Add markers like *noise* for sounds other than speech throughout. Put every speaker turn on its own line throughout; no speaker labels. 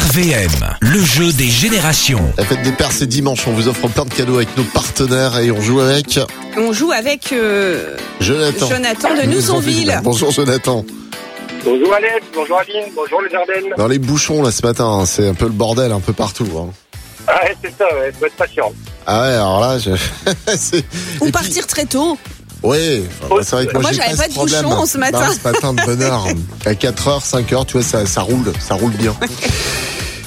RVM, le jeu des générations.
La fête des Pères, c'est dimanche. On vous offre plein de cadeaux avec nos partenaires et on joue avec
On joue avec euh,
Jonathan.
Jonathan de Nousonville.
Bonjour Jonathan.
Bonjour Alex, bonjour Aline, bonjour les Ardennes.
Dans les bouchons là ce matin, hein, c'est un peu le bordel un peu partout. hein.
Ah ouais, c'est ça, ouais, faut être patient.
Ah ouais, alors là, je... *laughs* c'est- Et
Ou
puis-
partir très tôt.
Oui, enfin, bah, c'est vrai que moi,
Moi,
j'ai
j'avais pas
ce
de
problème. Bah,
bouchon ce matin.
Non, ce matin de bonne
*laughs*
heure. À 4h, 5h, tu vois, ça, ça roule, ça roule bien.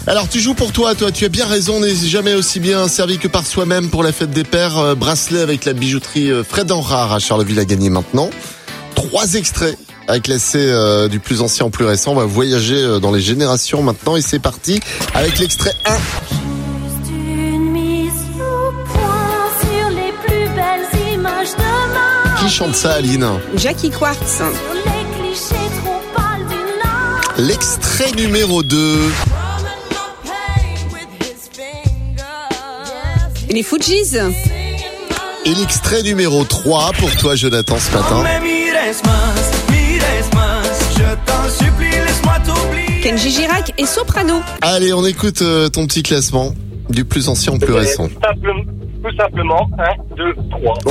Alors tu joues pour toi, toi tu as bien raison, on n'est jamais aussi bien servi que par soi-même pour la fête des pères. Euh, bracelet avec la bijouterie euh, Fred Enrard à Charleville à gagner maintenant. Trois extraits à classer euh, du plus ancien au plus récent. On va voyager euh, dans les générations maintenant et c'est parti avec l'extrait 1.
Juste une mise au point sur les plus belles images de ma
Qui chante ça Aline
Jackie Quartz.
Sur les clichés trop pâles d'une âme
L'extrait numéro 2.
Et les Fujis.
Et l'extrait numéro 3 pour toi Jonathan ce matin.
Mais mires más, mires más. Je t'en supplie, laisse-moi t'oublier.
Kenji Girac et Soprano.
Allez, on écoute euh, ton petit classement du plus ancien au plus récent.
Tout simplement, tout simplement, 1, 2, 3.
Oh,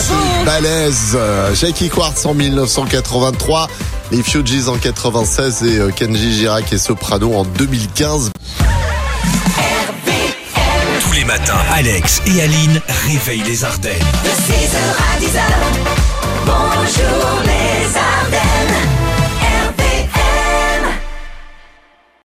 c'est balèze Euh, Jackie Quartz en 1983, les Fugees en 96 et euh, Kenji Girac et Soprano en 2015.
Tous les matins, Alex et Aline réveillent les Ardennes.
De 6h à 10h, bonjour les Ardennes.